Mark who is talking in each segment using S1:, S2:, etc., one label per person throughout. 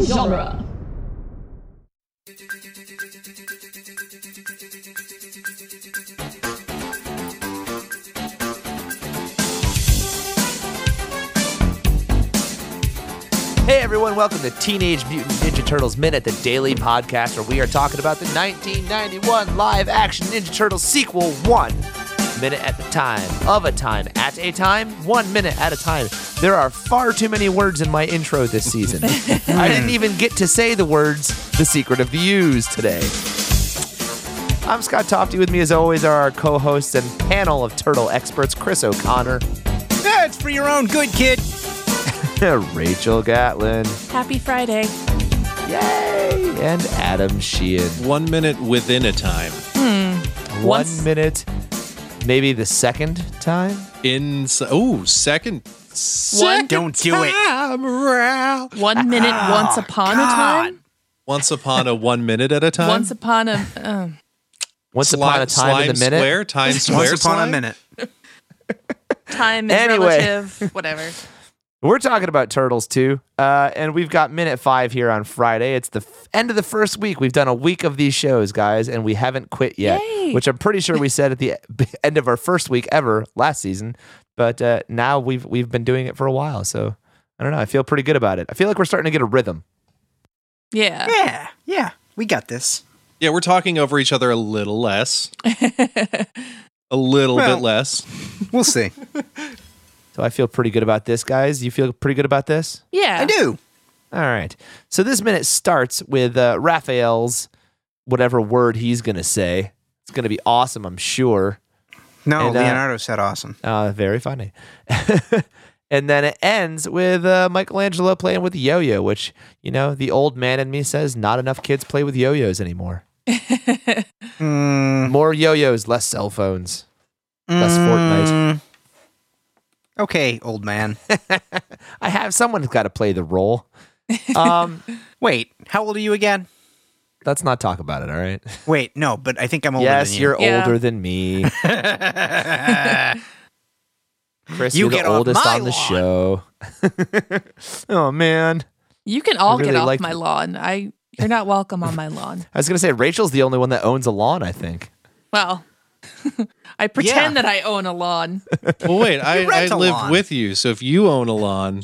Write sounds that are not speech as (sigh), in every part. S1: genre.
S2: Hey everyone, welcome to Teenage Mutant Ninja Turtles Minute, the daily podcast where we are talking about the 1991 live action Ninja Turtles sequel, one minute at a time, of a time, at a time, one minute at a time. There are far too many words in my intro this season. I didn't even get to say the words, the secret of the U's today. I'm Scott Tofty. With me, as always, are our co hosts and panel of turtle experts, Chris O'Connor, (laughs)
S3: That's for your own good, kid.
S2: Rachel Gatlin.
S4: Happy Friday.
S2: Yay! And Adam Sheehan.
S5: One minute within a time.
S2: One
S1: Once-
S2: minute, maybe the second time.
S5: In oh, second.
S3: (laughs)
S5: second
S3: Don't Ah, do it.
S5: time around.
S4: One minute once upon a time.
S5: Once upon a one minute at a time.
S4: Once upon a. Uh,
S2: Once upon a time in the minute. (laughs)
S5: Square, time square.
S3: Once upon
S5: slime?
S3: a minute.
S4: time is
S2: Anyway.
S4: relative. Whatever.
S2: We're talking about turtles too, uh, and we've got minute five here on Friday. It's the f- end of the first week. We've done a week of these shows, guys, and we haven't quit yet,
S4: Yay.
S2: which I'm pretty sure we said at the e- end of our first week ever last season. But uh, now we've we've been doing it for a while, so I don't know. I feel pretty good about it. I feel like we're starting to get a rhythm.
S4: Yeah. (laughs)
S3: Yeah, yeah. We got this.
S5: Yeah, we're talking over each other a little less. a little
S3: Well.
S5: bit
S3: (laughs)
S5: less.
S3: We'll see.
S2: So I feel pretty good about this, guys. You feel pretty good about this?
S4: Yeah.
S3: I do.
S2: All right. So this minute starts with uh, Raphael's whatever word he's going to say. It's going to be awesome, I'm sure.
S3: No,
S2: And, uh,
S3: Leonardo said awesome.
S2: Uh, very funny. (laughs) and then it ends with uh, Michelangelo playing with yo yo, which, you know, the old man in me says not enough kids play with yo yos anymore.
S3: Mm,
S2: More yo yos, less cell phones. Less Fortnite.
S3: mm. Okay,
S2: (laughs)
S3: old man.
S2: I have someone's got to play the role. Um,
S3: Wait, how old are you again?
S2: let's not talk about it, all right?
S3: Wait, no, but I think I'm older
S2: yes,
S3: than you.
S2: you're
S4: Yeah.
S2: older than
S3: (laughs)
S2: me. Chris,
S3: You
S2: you are
S3: get
S2: the
S3: off
S2: oldest
S3: my
S2: on the show. (laughs) oh man,
S4: You can all
S2: really
S4: get off
S2: like-
S4: my lawn. I. You're not welcome on my lawn.
S2: I was gonna say Rachel's the only one that owns a lawn. I think.
S4: Well, (laughs) I pretend that I own a lawn. (laughs)
S5: Well, wait, I,
S3: You rent
S5: I
S3: a
S5: live
S3: lawn.
S5: with you, so if you own a lawn.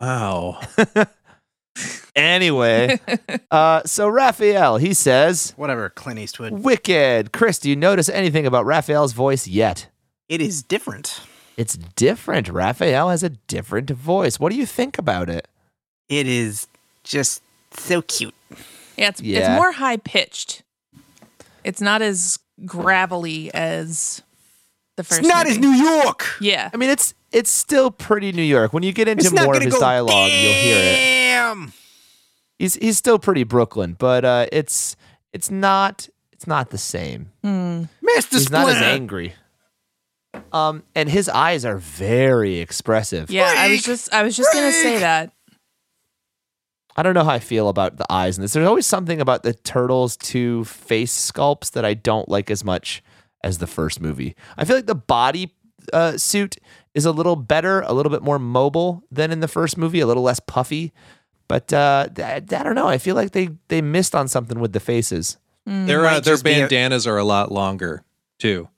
S5: Wow.
S2: (laughs) Anyway, uh, so Raphael, he says,
S3: Whatever, Clint Eastwood.
S2: "Wicked, Chris. Do you notice anything about Raphael's voice yet?
S3: It is different.
S2: It's different. Raphael has a different voice. What do you think about it?
S3: It is just so cute.
S4: Yeah. It's,
S2: Yeah.
S4: it's more high pitched. It's not as gravelly as the first.
S3: it's not
S4: movie.
S3: as New York.
S4: Yeah.
S2: I mean, it's it's still pretty New York. When you get into
S3: It's not
S2: more of
S3: gonna
S2: his
S3: go,
S2: dialogue, you'll hear it."
S3: Damn.
S2: he's he's still pretty Brooklyn, but uh, it's it's not it's not the same.
S3: Master
S2: he's not as
S3: Splinter.
S2: angry. Um, and his eyes are very expressive.
S4: Yeah. I was
S3: Freak!
S4: just. I was just gonna say
S3: Freak!
S4: that.
S2: I don't know how I feel about the eyes in this. There's always something about the turtles two face sculpts that I don't like as much as the first movie. I feel like the body uh, suit is a little better, a little bit more mobile than in the first movie, a little less puffy. But uh, I, I don't know. I feel like they they missed on something with the faces.
S5: Their uh,
S3: Might
S5: their
S3: just be a-
S5: bandanas are a lot longer too.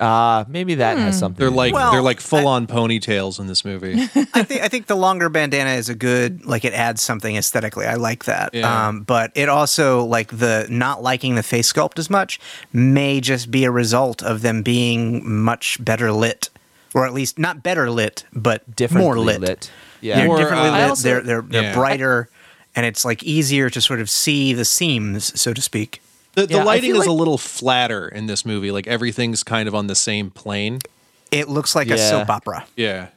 S2: Uh maybe that has something.
S5: They're
S2: to do
S5: like
S2: with it.
S3: Well,
S5: they're like full on ponytails in
S2: (laughs)
S5: this movie.
S3: I think I think the longer bandana is a good like it adds something aesthetically. I like that.
S5: Yeah.
S3: Um, but it also like the not liking the face sculpt as much may just be a result of them being much better lit, or at least not better lit, but
S2: differently
S3: more lit.
S2: Yeah.
S3: They're
S5: Or,
S3: differently
S5: uh,
S3: lit.
S5: I
S2: also-
S3: they're they're, they're
S5: Yeah.
S3: brighter, and it's like easier to sort of see the seams, so to speak.
S5: The, the
S2: Yeah, I
S5: lighting
S2: feel
S5: is a
S2: like-
S5: little flatter in this movie. Like everything's kind of on the same plane.
S3: It looks like a
S2: Yeah.
S3: soap opera.
S5: Yeah.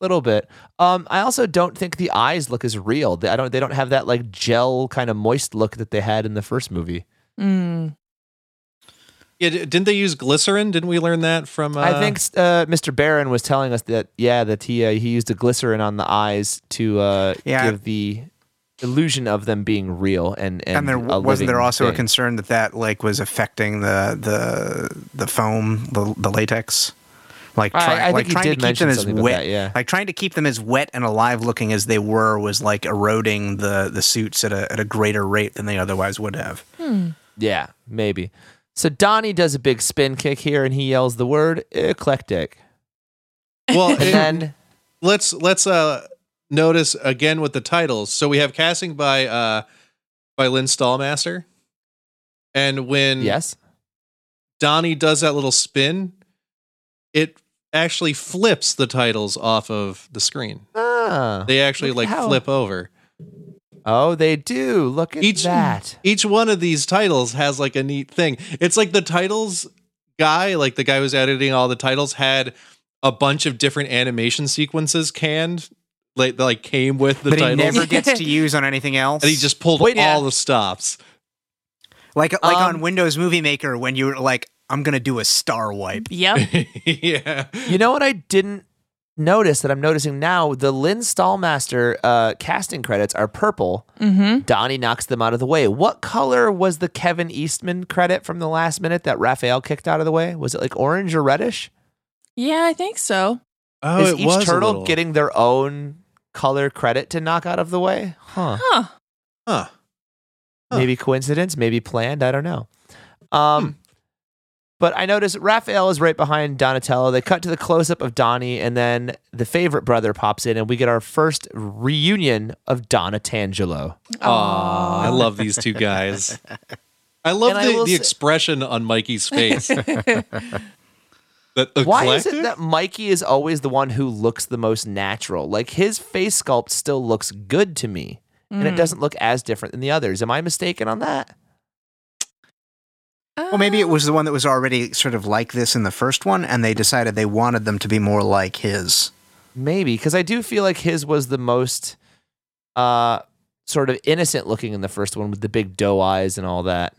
S2: little bit. Um, I also don't think the eyes look as real. They- I don't. They don't have that like gel kind of moist look that they had in the first movie.
S4: Hmm.
S5: Yeah. d- Didn't they use glycerin? Didn't we learn that from? Uh,
S2: I think uh, Mr. Barron was telling us that yeah, that he uh, he used a glycerin on the eyes to uh,
S3: Yeah.
S2: give the illusion of them being real and and,
S3: And there
S2: a
S3: wasn't there
S2: living
S3: also a
S2: thing.
S3: concern that that like was affecting the the the foam, the, the latex, Like,
S2: I-
S3: try,
S2: I think
S3: like
S2: you
S3: trying
S2: did
S3: to keep
S2: mention
S3: them as
S2: something about
S3: wet,
S2: that, yeah.
S3: like trying to keep them as wet and alive looking as they were was like eroding the the suits at a at a greater rate than they otherwise would have.
S4: Hmm.
S2: Yeah, maybe. So Donnie does a big spin kick here and he yells the word eclectic. (laughs)
S5: Well,
S2: And then
S5: let's let's uh notice again with the titles. So we have casting by uh by Lynn Stallmaster. And when
S2: yes.
S5: Donnie does that little spin, it actually flips the titles off of the screen.
S2: Ah.
S5: They actually
S2: Look
S5: like
S2: how-
S5: flip over.
S2: oh, they do. Look at
S5: Each-
S2: that.
S5: Each one of these titles has like a neat thing. It's like the titles guy, like the guy who's editing all the titles, had a bunch of different animation sequences canned, like like came with the
S3: but
S5: titles.
S3: he
S2: (laughs)
S3: never gets to use on anything else.
S5: and he just pulled
S2: Wait,
S5: all
S2: yeah.
S5: the stops.
S3: like like
S2: Um,
S3: on Windows Movie Maker when you were like, I'm gonna do a star wipe.
S2: Oh.
S3: (laughs)
S4: Yep.
S5: (laughs) yeah.
S2: You know what I didn't notice that I'm noticing now? The Lynn Stallmaster uh, casting credits are purple.
S4: Mm-hmm.
S2: Donnie knocks them out of the way. What color was the Kevin Eastman credit from the last minute that Raphael kicked out of the way? Was it like orange or reddish?
S4: Yeah, I think so.
S5: Oh,
S2: Is each
S5: a
S2: turtle
S5: little-
S2: getting their own color credit to knock out of the way? Huh.
S4: Huh.
S5: Huh. Huh. Hmm.
S2: Maybe coincidence, maybe planned. I don't know. Um, But I notice Raphael is right behind Donatello. They cut to the close up of Donnie, and then the favorite brother pops in, and we get our first reunion of Donatangelo.
S5: Aw, I
S4: Aw.
S5: love these two guys. I love
S2: And I
S5: the,
S2: will
S5: the
S2: say-
S5: expression on Mikey's
S2: (laughs)
S5: face. that
S2: Why is
S5: eclectic?
S2: it that Mikey is always the one who looks the most natural? Like his face sculpt still looks good to me, and
S4: Hmm. Mm.
S2: it doesn't look as different than the others. Am I mistaken on that?
S3: Well, maybe it was the one that was already sort of like this in the first one, and they decided they wanted them to be more like his.
S2: Maybe because I do feel like his was the most uh, sort of innocent looking in the first one with the big doe eyes and all that.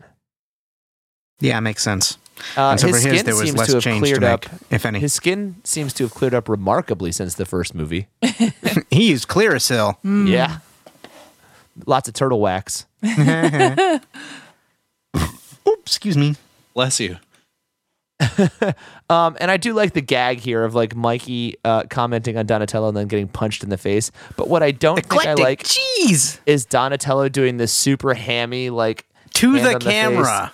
S3: Yeah, makes sense.
S2: Uh,
S3: And so
S2: his
S3: for
S2: skin
S3: his, there was
S2: seems
S3: less
S2: to have
S3: change
S2: cleared
S3: to make,
S2: up.
S3: if any.
S2: His skin seems to have cleared up remarkably since the first movie.
S3: he used Clearasil.
S4: Mm.
S2: Yeah. Lots of turtle wax.
S3: Oop, excuse me.
S2: (laughs)
S5: Bless you.
S2: Um, and I do like the gag here of like Mikey uh, commenting on Donatello and then getting punched in the face. But what I don't think I like
S3: Jeez,
S2: is Donatello doing this super hammy like
S3: to
S2: hand
S3: the
S2: on face.
S3: camera.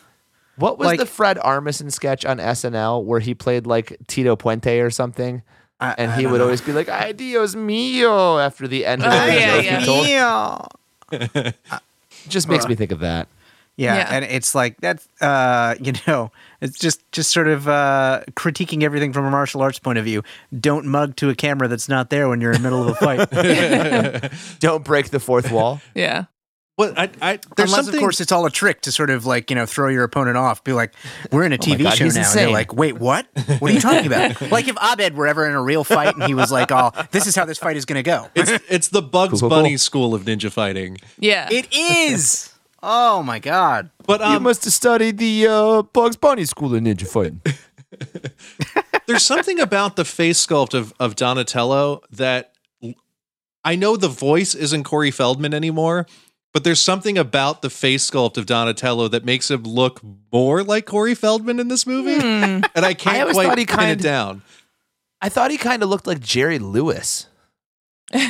S2: What was
S3: Like-
S2: the Fred Armisen sketch on SNL where he played like Tito Puente or something?
S3: I-
S2: and
S3: I
S2: he
S3: don't
S2: would
S3: know.
S2: always be like, "Ay Dios mío!" after the end of the
S4: Oh,
S2: video.
S4: yeah,
S2: if you
S4: yeah.
S2: told-
S3: Yeah.
S2: Just makes me think of that.
S3: Yeah,
S4: Yeah.
S3: and it's like that's uh, (laughs) you know, it's just just sort of uh, critiquing everything from a martial arts point of view. Don't mug to a camera that's not there when you're in the middle of a fight,
S2: (laughs) Don't break the fourth (laughs) wall.
S4: Ah. Yeah.
S5: What I, I there's
S3: unless
S5: something
S3: of course it's all a trick to sort of like you know throw your opponent off. Be like, we're in a TV
S2: God,
S3: show
S2: he's
S3: now. And
S2: insane.
S3: they're like, wait, what? What are you talking about? like if Abed were ever in a real fight and he was like, oh, this is how this fight is going to go.
S5: it's it's the Bugs
S2: Cool, cool,
S5: Bunny
S2: cool.
S5: school of ninja fighting.
S4: Yeah.
S3: (laughs) it is. Oh my god.
S5: But um,
S2: must have studied the uh, Bugs Bunny School of Ninja Fighting.
S5: there's something about the face sculpt of, of Donatello that I know the voice isn't Corey Feldman anymore, but there's something about the face sculpt of Donatello that makes him look more like Corey Feldman in this movie, and I can't
S2: always
S5: quite
S2: thought he
S5: pin it
S2: kinda-
S5: down (laughs)
S2: I thought he kind of looked like Jerry Lewis.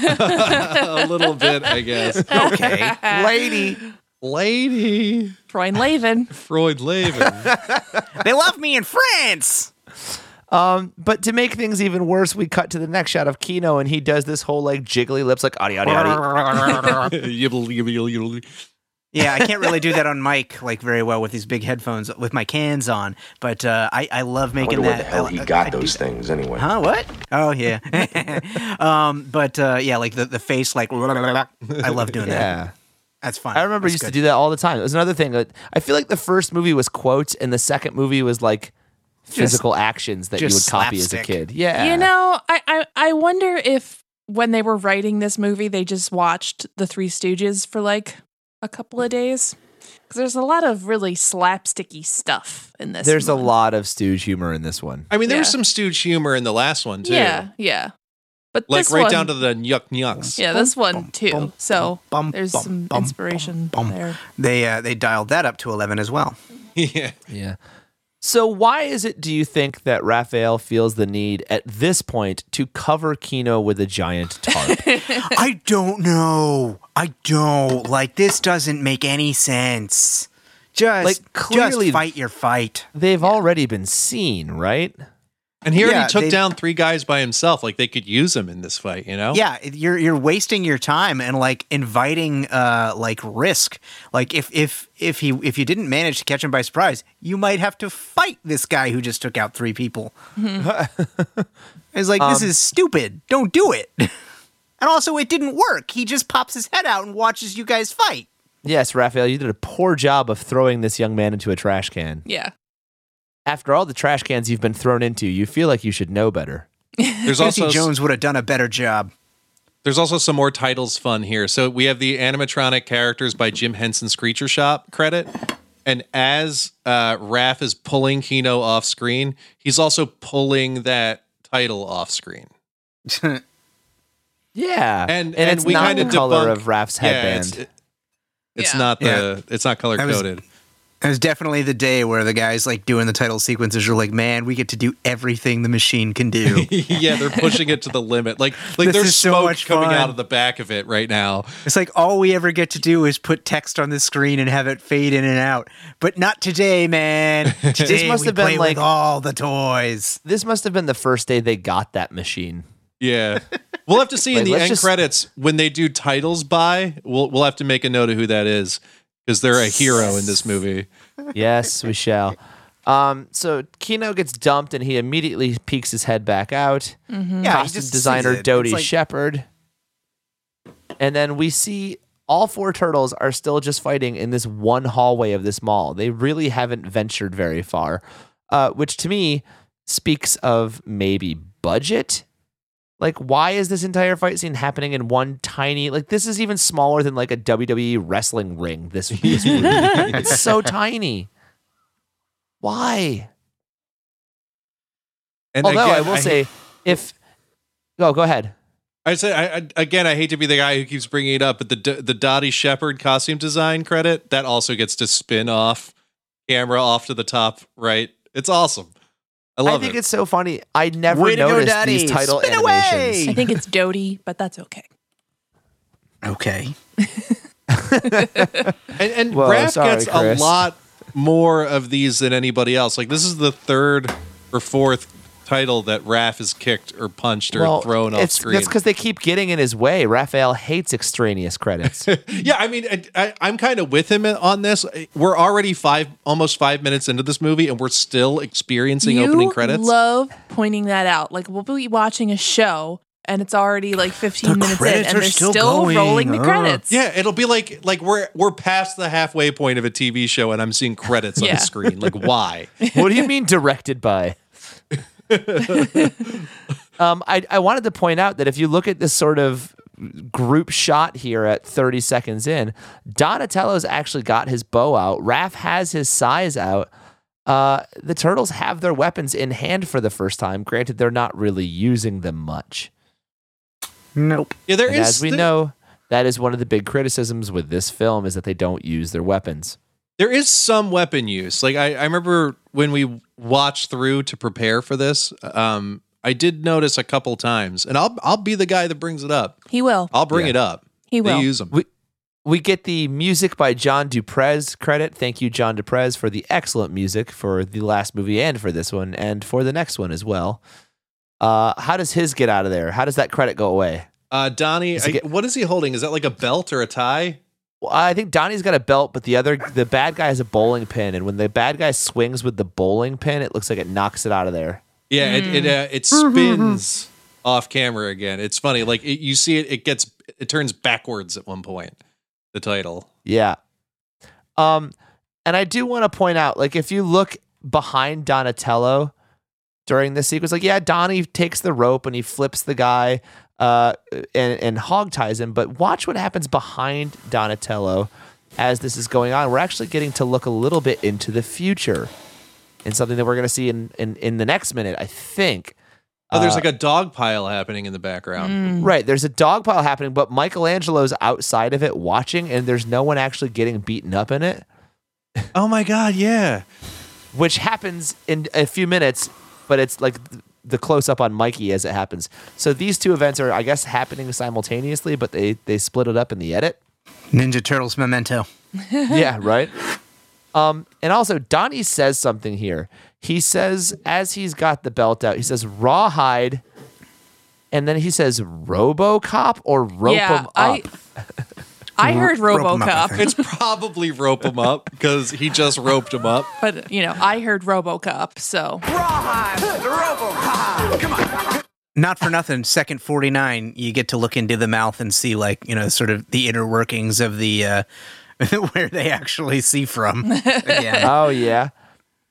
S5: a little bit, I guess.
S3: Okay.
S5: (laughs)
S2: Lady.
S5: Lady
S4: Brian Laven.
S5: Freud Laven.
S3: they love me in France.
S2: Um, but to make things even worse, we cut to the next shot of Kino, and he does this whole like jiggly lips, like adi adi adi.
S5: (laughs) Yiddle, yiddle, yiddle.
S3: yeah, I can't really do that on mic like very well with these big headphones with my cans on. But uh, I I love making
S1: wonder where
S3: that.
S1: the hell
S3: I-
S1: he
S3: I-
S1: got
S3: I do
S1: those
S3: that.
S1: things anyway.
S3: Huh? What? Oh yeah. (laughs) um, but uh, yeah, like the, the face, like I love doing that.
S2: Yeah.
S3: That's fine.
S2: I remember used to do that all the time. It was another thing. that- I feel like the first movie was quotes, and the second movie was like physical actions that you would
S3: just
S2: copy as
S3: slapstick.
S2: a kid. (laughs) Yeah.
S4: You know, I, I I wonder if when they were writing this movie, they just watched The Three Stooges for like a couple of days because there's a lot of really slapsticky stuff in this.
S2: There's a
S4: one.
S2: lot of stooge humor in this one.
S5: I mean, there was
S4: Yeah.
S5: some stooge humor in the last one too.
S4: Yeah, yeah. But
S5: Like
S4: this
S5: right
S4: one,
S5: down to the yuck yucks.
S4: yeah, this one
S3: bum,
S4: too. So
S3: bum,
S4: there's
S3: bum,
S4: some
S3: bum,
S4: inspiration
S3: bum, bum.
S4: there.
S3: They uh, they dialed that up to eleven as well.
S5: (laughs) yeah.
S2: Yeah. So, why is it, do you think, that Raphael feels the need at this point to cover Kino with a giant tarp?
S3: (laughs) I don't know. I don't like this. Doesn't make any sense. Just
S2: Like, clearly-
S3: just fight your fight.
S2: They've already been seen, right?
S5: And he already
S3: Yeah,
S5: took
S3: they-
S5: down three guys by himself. Like they could use him in this fight, you know?
S3: Yeah, you're you're wasting your time and like inviting uh like risk. Like if if if he if you didn't manage to catch him by surprise, you might have to fight this guy who just took out three people. it's like this is stupid. Don't do it. (laughs) and also it didn't work. He just pops his head out and watches you guys fight.
S2: Yes, Raphael, you did a poor job of throwing this young man into a trash can.
S4: Yeah.
S2: After all the trash cans you've been thrown into, you feel like you should know better.
S5: There's
S3: Jesse
S5: also
S3: Jones would have done a better job.
S5: there's also some more titles fun here. So we have the animatronic characters by Jim Henson's Creature Shop credit. And as uh Raph is pulling Kino off screen, he's also pulling that title off screen.
S2: Yeah. and,
S5: And- and
S2: it's
S5: we
S2: not
S5: kinda
S2: the color
S5: debunk-
S2: of Raph's headband.
S5: it's, it's
S4: Yeah.
S5: not the
S3: Yeah.
S5: it's not color
S3: That was-
S5: coded. (laughs)
S3: It was definitely the day where the guys like doing the title sequences are like, man, we get to do everything the machine
S5: (laughs)
S3: can do.
S5: yeah, they're pushing it to the limit.
S3: (laughs)
S5: Like like
S3: This
S5: there's
S3: is so
S5: smoke
S3: much
S5: coming
S3: fun.
S5: out of the back of it right now.
S3: it's like all we ever get to do is put text on the screen and have it fade in and out. But not today, man.
S2: (laughs)
S3: Today
S2: must
S3: we
S2: have been
S3: play
S2: like-
S3: with all the toys.
S2: this must have been the first day they got that machine. (laughs)
S5: Yeah. We'll have to see
S2: Like,
S5: in the
S2: let's
S5: end
S2: just-
S5: credits when they do titles by, we'll we'll have to make a note of who that is because they're a hero in this movie.
S2: yes, we
S5: (laughs)
S2: shall. Um, so Kino gets dumped and he immediately peeks his head back out.
S3: Yeah, he
S2: Mhm. Costume
S3: just sees
S2: designer
S3: it.
S2: Dodie
S3: It's like-
S2: Shepherd. And then we see all four turtles are still just fighting in this one hallway of this mall. They really haven't ventured very far, uh, which to me speaks of maybe budget. Like, why is this entire fight scene happening in one tiny? Like, this is even smaller than like a WWE wrestling ring.
S3: (laughs)
S2: This, this room. it's so tiny. Why?
S5: And
S2: Although I
S5: again,
S2: will say, if oh, go ahead.
S5: I say I, I, again, I hate to be the guy who keeps bringing it up, but the D- the Dottie Shepherd costume design credit that also gets to spin off camera off to the top right. It's awesome. I
S2: I
S5: love
S2: think
S5: it.
S2: it's so funny. I never
S3: Way to go,
S2: noticed
S3: Daddy.
S2: these title
S3: Spin away.
S2: animations.
S4: I think it's Dodie, but that's okay.
S3: Okay.
S5: And, and
S2: Whoa,
S5: Raph
S2: sorry,
S5: gets
S2: Chris.
S5: a lot more of these than anybody else. Like this is the third or fourth title that Raph is kicked or punched or thrown off
S2: it's,
S5: screen.
S2: That's because they keep getting in his way. Raphael hates extraneous
S3: (laughs)
S2: credits.
S5: yeah, I mean, I, I, I'm kind of with him on this. We're already five, almost five minutes into this movie, and we're still experiencing
S4: you
S5: opening credits.
S4: love pointing that out. Like we'll be watching a show and it's already like 15
S3: The
S4: minutes in
S3: credits
S4: and
S3: are
S4: they're
S3: still
S4: still,
S3: going.
S4: rolling the
S3: Ugh.
S4: credits.
S5: yeah, it'll be like like we're we're past the halfway point of a TV show, and I'm seeing credits on
S4: Yeah.
S5: the screen.
S2: (laughs)
S5: Like, why?
S2: what do you mean directed by? (laughs) um, I, I wanted to point out that if you look at this sort of group shot here at 30 seconds in, Donatello's actually got his bow out. Raph has his size out. Uh, the turtles have their weapons in hand for the first time. Granted, they're not really using them much.
S3: Nope.
S5: Yeah, there is.
S2: And as we
S5: there-
S2: know, that is one of the big criticisms with this film is that they don't use their weapons.
S5: there is some weapon use. Like I, I remember when we watched through to prepare for this, um, I did notice a couple times, and I'll I'll be the guy that brings it up.
S4: He will.
S5: I'll bring
S2: Yeah.
S5: it up.
S4: He
S5: They
S4: will.
S5: use them.
S2: We we get the music by John Duprez credit. Thank you, John Duprez, for the excellent music for the last movie and for this one and for the next one as well. Uh, how does his get out of there? How does that credit go away?
S5: Uh, Donnie,
S2: Is it
S5: I,
S2: get-
S5: what is he holding? Is that like a belt or a tie?
S2: Well, I think Donnie's got a belt, but the other the bad guy has a bowling pin, and when the bad guy swings with the bowling pin, it looks like it knocks it out of there.
S5: Yeah, it it, uh, it (laughs) spins off camera again. It's funny. Like it, you see it, it gets it turns backwards at one point. The title.
S2: Yeah. Um, and I do want to point out, like, if you look behind Donatello during this sequence, like, yeah, Donnie takes the rope and he flips the guy, uh, and and hog ties him. But watch what happens behind Donatello as this is going on. We're actually getting to look a little bit into the future, and something that we're gonna see in in in the next minute, I think.
S5: Oh, there's
S2: Uh,
S5: like a dog pile happening in the background.
S2: Right, there's a dog pile happening, but Michelangelo's outside of it watching, and there's no one actually getting beaten up in it.
S5: Oh my god, yeah.
S2: which happens in a few minutes, but it's like th- the close up on Mikey as it happens. So these two events are, I guess, happening simultaneously, but they they split it up in the
S4: (laughs)
S2: edit.
S3: Ninja Turtles Memento.
S2: yeah, right. Um, and also Donnie says something here. He says as he's got the belt out, he says rawhide, and then he says RoboCop or rope 'em
S4: yeah,
S2: up.
S4: I (laughs) I heard
S3: Rope 'em up, I
S4: RoboCop,
S5: It's probably rope him up because he just roped him up.
S4: but you know, I heard RoboCop, so
S3: Not for nothing. Second forty nine, you get to look into the mouth and see like you know sort of the inner workings of the uh, (laughs) where they actually
S2: (laughs)
S3: see from. Again.
S2: oh yeah.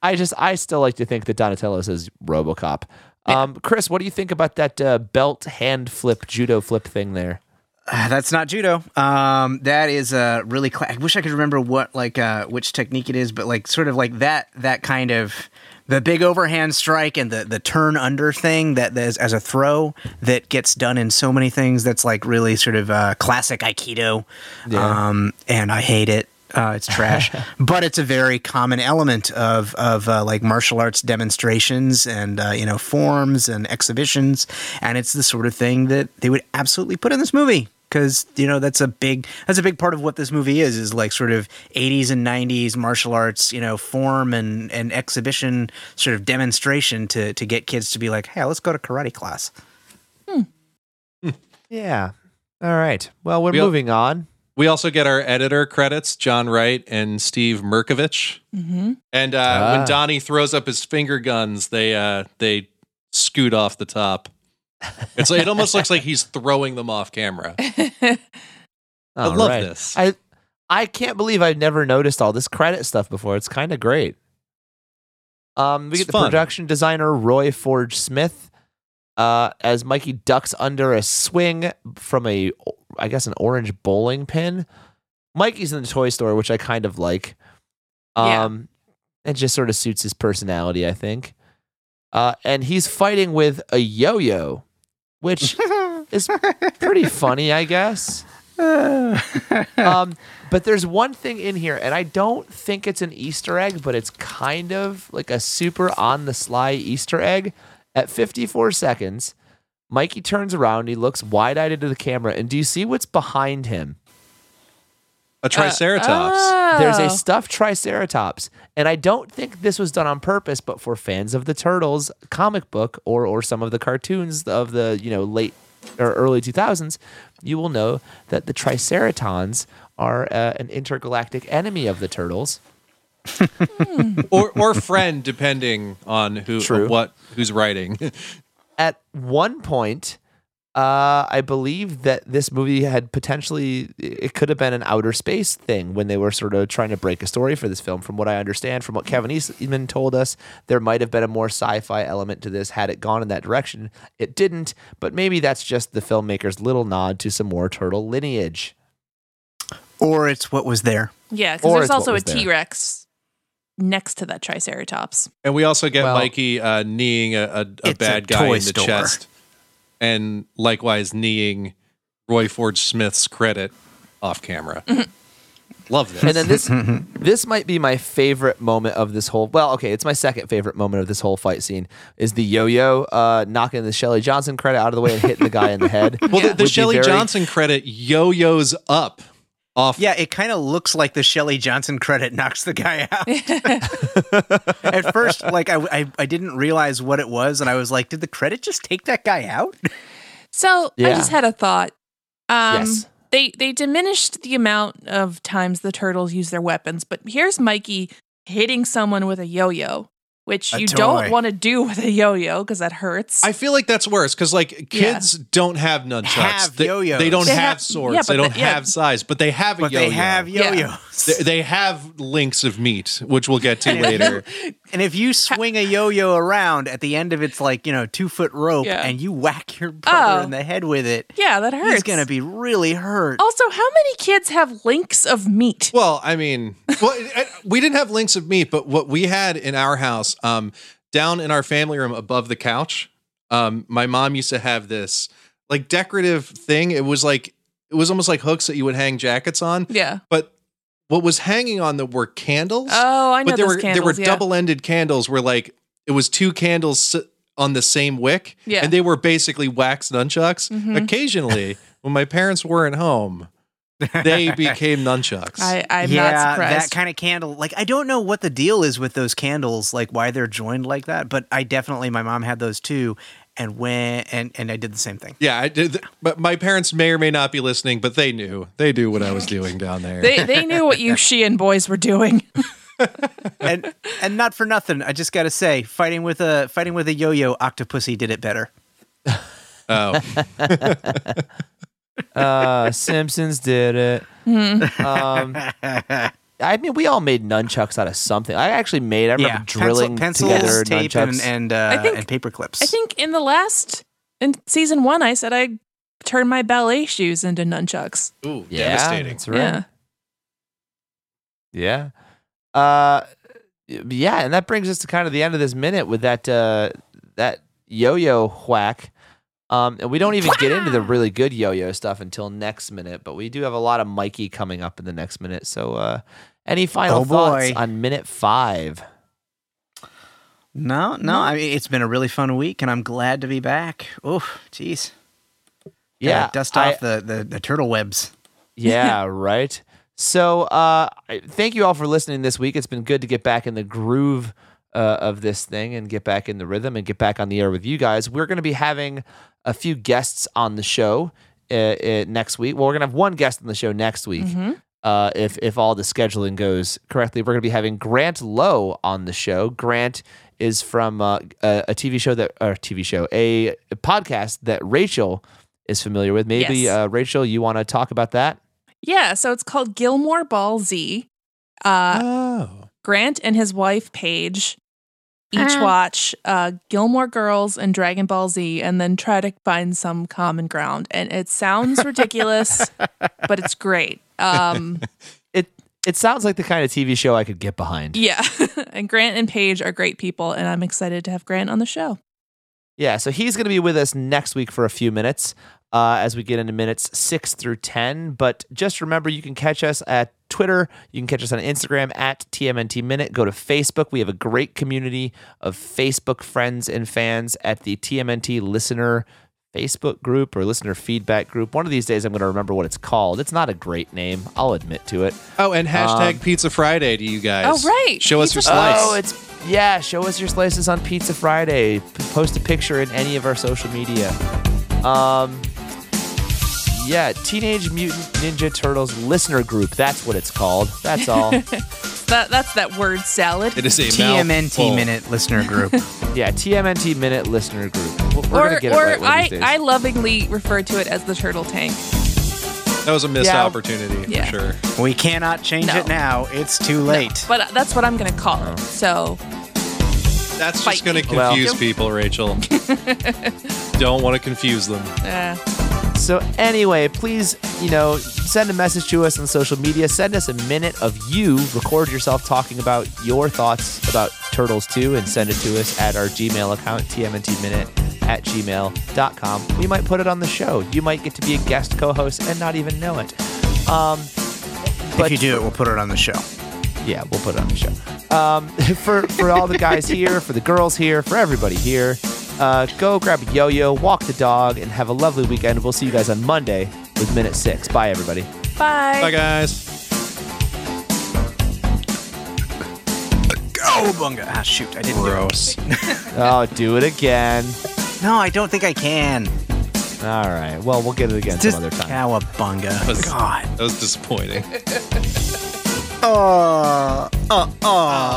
S2: I just I still like to think that Donatello says RoboCop. Um, Chris, what do you think about that uh, belt hand flip judo flip thing there?
S3: Ah, (sighs) That's not judo. Um, that is uh, really. Cla- I wish I could remember what like uh, which technique it is, but like sort of like that that kind of the big overhand strike and the the turn under thing that that is as a throw that gets done in so many things. That's like really sort of uh, classic aikido. Um, and I hate it. Uh, it's trash, but it's a very common element of of uh, like martial arts demonstrations and uh, you know forms and exhibitions, and it's the sort of thing that they would absolutely put in this movie because you know that's a big that's a big part of what this movie is is like sort of 80s and 90s martial arts you know form and and exhibition sort of demonstration to to get kids to be like hey let's go to karate class
S2: Yeah. All right. Well, we're
S5: We'll-
S2: moving on.
S5: We also get our editor credits, John Wright and Steve Merkovich.
S4: mhm.
S5: And uh,
S2: Ah.
S5: when Donnie throws up his finger guns, they uh, they scoot off the top. It's like, it almost looks like he's throwing them off camera. I
S2: All
S5: love
S2: right.
S5: this.
S2: I I can't believe I've never noticed all this credit stuff before. It's kind of great. Um, we
S5: It's
S2: get the
S5: fun.
S2: production designer Roy Forge Smith uh, as Mikey ducks under a swing from a, I guess, an orange bowling pin. Mikey's in the toy store, which I kind of like.
S4: Yeah.
S2: Um, It just sort of suits his personality, I think. Uh, and he's fighting with a yo-yo, which is pretty funny, I guess um, but there's one thing in here, and I don't think it's an Easter egg, but it's kind of like a super on the sly Easter egg. At 54 seconds, Mikey turns around. He looks wide eyed into the camera, and do you see what's behind him?
S5: A triceratops.
S2: There's a
S4: Oh.
S2: stuffed Triceratops, and I don't think this was done on purpose, but for fans of the Turtles comic book or or some of the cartoons of the you know late or early 2000s, you will know that the Triceratons are uh, an intergalactic enemy of the Turtles.
S5: or or friend, depending on who
S2: True.
S5: what who's writing.
S2: At one point. Uh, I believe that this movie had potentially it could have been an outer space thing when they were sort of trying to break a story for this film. From what I understand, from what Kevin Eastman told us, there might have been a more sci-fi element to this had it gone in that direction. It didn't, but maybe that's just the filmmaker's little nod to some more turtle lineage.
S3: or it's what was there
S4: (laughs) yeah,
S2: Or
S4: because there's
S2: it's what
S4: also a
S2: was there.
S4: T Rex next to that Triceratops.
S5: and we also get
S2: Well-
S5: Mikey uh, kneeing a, a, a
S3: It's a
S5: bad guy
S3: toy
S5: in the
S3: store.
S5: chest, and likewise kneeing Roy Forge Smith's credit off camera. Love this.
S2: And then
S3: (laughs)
S2: this this might be my favorite moment of this whole well, okay, it's my second favorite moment of this whole fight scene is the yo-yo uh, knocking the Shelley Johnson credit out of the way and hitting the guy in the head.
S5: (laughs) well,
S4: Yeah.
S5: the, the
S2: Would be
S5: Shelley
S2: very-
S5: Johnson credit yo-yos up off
S3: Yeah, it kind of looks like the Shelley Johnson credit (laughs) knocks the guy out. At first, like I, I, I didn't realize what it was, and I was like, did the credit just take that guy out?
S4: So I
S2: Yeah.
S4: just had a thought. Um,
S2: Yes.
S4: They they diminished the amount of times the turtles use their weapons, but here's Mikey hitting someone with a yo-yo, which
S3: A
S4: you
S3: toy.
S4: don't want to do with a yo-yo because that hurts.
S5: I feel like that's worse because like kids don't have nunchucks.
S3: Have
S5: they,
S3: yo-yos.
S5: They don't
S4: They
S5: have,
S4: have-
S5: swords.
S4: yeah,
S5: they
S4: but
S5: don't
S4: the- yeah.
S5: have size, but they have a
S3: But
S5: yo-yo.
S3: they have
S4: Yeah.
S3: yo-yos.
S5: They- they have links of meat, which we'll get to later.
S3: And if you swing a yo-yo around at the end of its like you know two foot rope,
S4: Yeah.
S3: and you whack your brother
S4: Oh.
S3: in the head with it,
S4: yeah, that hurts. Oh,
S3: he's gonna be really hurt.
S4: Also, how many kids have links of meat?
S5: Well, I mean, well, I- we didn't have links of meat, but what we had in our house, um, down in our family room above the couch, um, my mom used to have this like decorative thing. It was like it was almost like hooks that you would hang jackets on,
S4: Yeah.
S5: but What was hanging on them were candles.
S4: Oh, I know
S5: but there
S4: those
S5: were
S4: candles.
S5: there were
S4: yeah.
S5: double-ended candles where like it was two candles s- on the same wick
S4: Yeah.
S5: and they were basically wax nunchucks.
S4: Mhm.
S5: Occasionally, when my parents weren't home,
S4: (laughs)
S5: they became nunchucks.
S4: I, I'm
S3: yeah,
S4: not surprised.
S3: that kind of candle. Like, I don't know what the deal is with those candles, like why they're joined like that. But I definitely, my mom had those too, and when and and I did the same thing.
S5: yeah, I did. th- But my parents may or may not be listening, but they knew. They knew what I was doing down there.
S4: they they knew
S3: (laughs)
S4: what you and boys were doing. (laughs)
S3: And and not for nothing, I just gotta say, fighting with a fighting with a yo-yo, Octopussy did it better.
S4: (laughs)
S5: oh,
S2: Uh, Simpsons did it.
S4: Mm-hmm.
S2: Um, (laughs) I mean, we all made nunchucks out of something. I actually made. I remember drilling
S3: pencil,
S2: together
S3: pencils, tape,
S2: nunchucks.
S3: and and, uh,
S4: I think-
S3: and paper clips.
S4: I think in the last in season one, I said I turned my ballet shoes into nunchucks.
S5: ooh,
S2: yeah,
S5: devastating.
S2: That's right.
S4: Yeah.
S2: Yeah. Uh yeah, and that brings us to kind of the end of this minute with that uh that yo-yo whack. Um and we don't even get into the really good yo-yo stuff until next minute, but we do have a lot of Mikey coming up in the next minute. So uh any final
S3: Oh,
S2: thoughts
S3: boy.
S2: on minute 5?
S3: no, no, I mean it's been a really fun week, and I'm glad to be back. Oh, jeez,
S2: Yeah.
S3: Gotta dust
S2: I-
S3: off the, the the turtle webs.
S2: Yeah, right. So, uh, I- thank you all for listening this week. It's been good to get back in the groove uh, of this thing and get back in the rhythm and get back on the air with you guys. We're going to be having a few guests on the show uh, uh, next week. Well, we're going to have one guest on the show next week. Uh, if if all the scheduling goes correctly, we're going to be having Grant Lowe on the show. Grant is from uh, a, a TV show that, or a TV show, a, a podcast that Rachel is familiar with. Maybe
S4: Yes.
S2: uh, Rachel, you want to talk about that?
S4: Yeah, so it's called Gilmore Ball Z. Uh,
S5: oh,
S4: Grant and his wife Paige each
S2: Uh-huh.
S4: watch uh, Gilmore Girls and Dragon Ball Z, and then try to find some common ground. And it sounds
S2: (laughs)
S4: ridiculous, but it's great. Um,
S2: It it sounds like the kind of TV show I could get behind.
S4: yeah, (laughs) and Grant and Paige are great people, and I'm excited to have Grant on the show.
S2: Yeah, so he's going to be with us next week for a few minutes uh, as we get into minutes six through 10. But just remember, you can catch us at Twitter. You can catch us on Instagram at TMNT Minute. Go to Facebook. We have a great community of Facebook friends and fans at the TMNT Listener Facebook group or Listener Feedback group. One of these days, I'm going to remember what it's called. It's not a great name, I'll admit to it.
S5: oh, and hashtag Pizza Friday to you guys.
S4: Oh, right.
S5: Show us
S4: Pizza
S5: your slice.
S2: Oh, it's yeah. Show us your slices on Pizza Friday. P- post a picture in any of our social media. Um, yeah, Teenage Mutant Ninja Turtles listener group. That's what it's called. That's all.
S4: That that's that word salad.
S5: it is a
S3: TMNT
S5: mouthful.
S3: minute listener group.
S2: yeah, TMNT Minute listener group. We're, we're
S4: or
S2: gonna get it
S4: or
S2: right one of these
S4: I
S2: days.
S4: I lovingly refer to it as the turtle tank.
S5: That was a missed
S2: Yeah.
S5: opportunity
S4: Yeah.
S5: for sure.
S3: we cannot change
S4: No.
S3: it now. It's too late.
S4: But that's what I'm going to call it. So
S5: That's
S4: Fight
S5: just going to
S4: people.
S5: confuse
S2: Well-
S4: (laughs)
S5: people, Rachel. Don't want to confuse them.
S4: uh,
S2: So anyway, please, you know, send a message to us on social media. Send us a minute of you. Record yourself talking about your thoughts about Turtles 2 and send it to us at our Gmail account, tmntminute at gmail.com. We might put it on the show. You might get to be a guest co-host and not even know it. Um,
S3: if you do it, we'll put it on the show.
S2: yeah, we'll put it on the show. Um, (laughs) for for all the guys here, for the girls here, for everybody here, uh, go grab a yo-yo, walk the dog, and have a lovely weekend. We'll see you guys on Monday with minute six. Bye, everybody.
S5: Bye, guys.
S3: Go, Bunga! Ah, shoot, I didn't. do it.
S5: Gross.
S2: Oh, do it again.
S3: No, I don't think I can.
S2: All right. Well, we'll get it again
S3: Just
S2: some other time.
S3: cowabunga.
S5: was-
S3: God.
S5: That was disappointing.
S3: Oh, oh, oh.